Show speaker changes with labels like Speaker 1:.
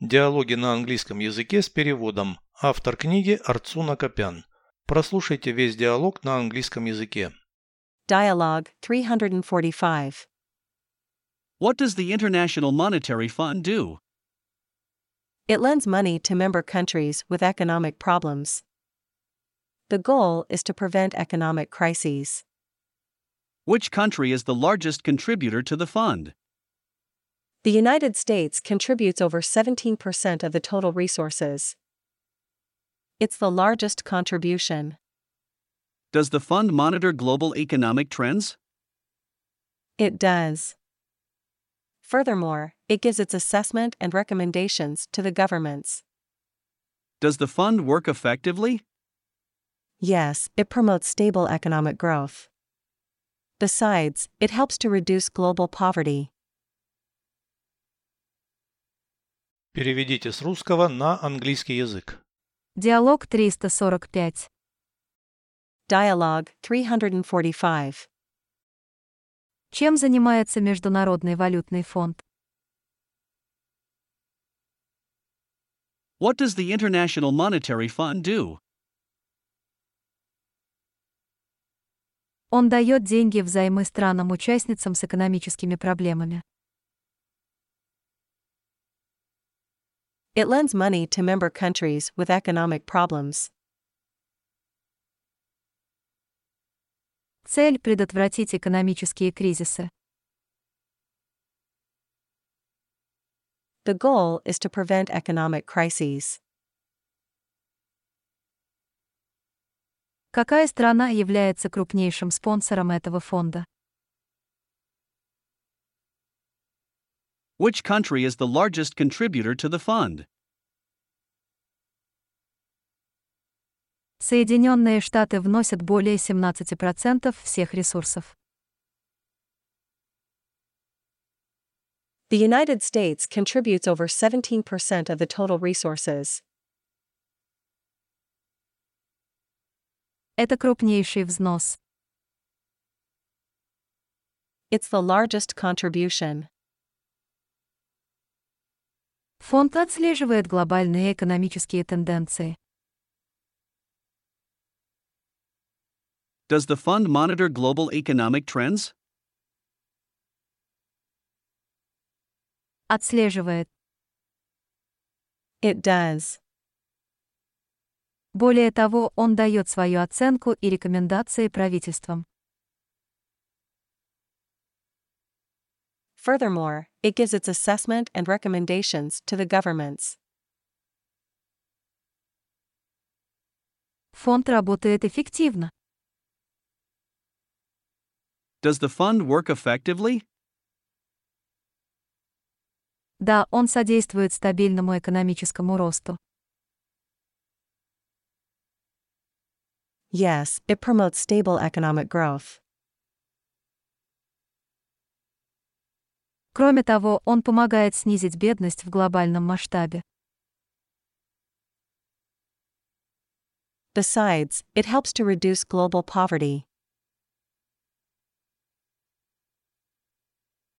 Speaker 1: Диалоги на английском языке с переводом. Автор книги Арцуна Копян. Прослушайте весь диалог на английском языке.
Speaker 2: Dialogue 345.
Speaker 3: What does the International Monetary Fund do?
Speaker 2: It lends money to member countries with economic problems. The goal is to prevent economic crises.
Speaker 3: Which country is the largest contributor to the fund?
Speaker 2: The United States contributes over 17% of the total resources. It's the largest contribution.
Speaker 3: Does the fund monitor global economic trends?
Speaker 2: It does. Furthermore, it gives its assessment and recommendations to the governments.
Speaker 3: Does the fund work effectively?
Speaker 2: Yes, it promotes stable economic growth. Besides, it helps to reduce global poverty.
Speaker 1: Переведите с русского на английский язык.
Speaker 4: Диалог 345.
Speaker 2: Dialogue 345.
Speaker 4: Чем занимается Международный валютный фонд?
Speaker 3: What does the International Monetary Fund do?
Speaker 4: Он дает деньги взаймы странам-участницам с экономическими проблемами.
Speaker 2: It lends money to member countries with economic problems.
Speaker 4: Цель – предотвратить экономические кризисы.
Speaker 2: The goal is to prevent economic crises.
Speaker 4: Какая страна является крупнейшим спонсором этого фонда?
Speaker 3: Which country is the largest contributor to the fund?
Speaker 4: Соединенные Штаты вносят более 17% всех ресурсов.
Speaker 2: The United States contributes over 17% of the total resources.
Speaker 4: Это крупнейший взнос.
Speaker 2: It's the largest contribution.
Speaker 4: Фонд отслеживает глобальные экономические тенденции.
Speaker 3: Does the fund monitor global economic trends?
Speaker 4: Отслеживает.
Speaker 2: It does.
Speaker 4: Более того, он дает свою оценку и рекомендации правительствам.
Speaker 2: Furthermore, it gives its assessment and recommendations to the governments.
Speaker 4: Фонд работает эффективно.
Speaker 3: Does the fund work effectively?
Speaker 4: Да, он содействует стабильному экономическому росту.
Speaker 2: Yes, it promotes stable economic growth.
Speaker 4: Кроме того, он помогает снизить бедность в глобальном масштабе.
Speaker 2: Besides, it helps to reduce global poverty.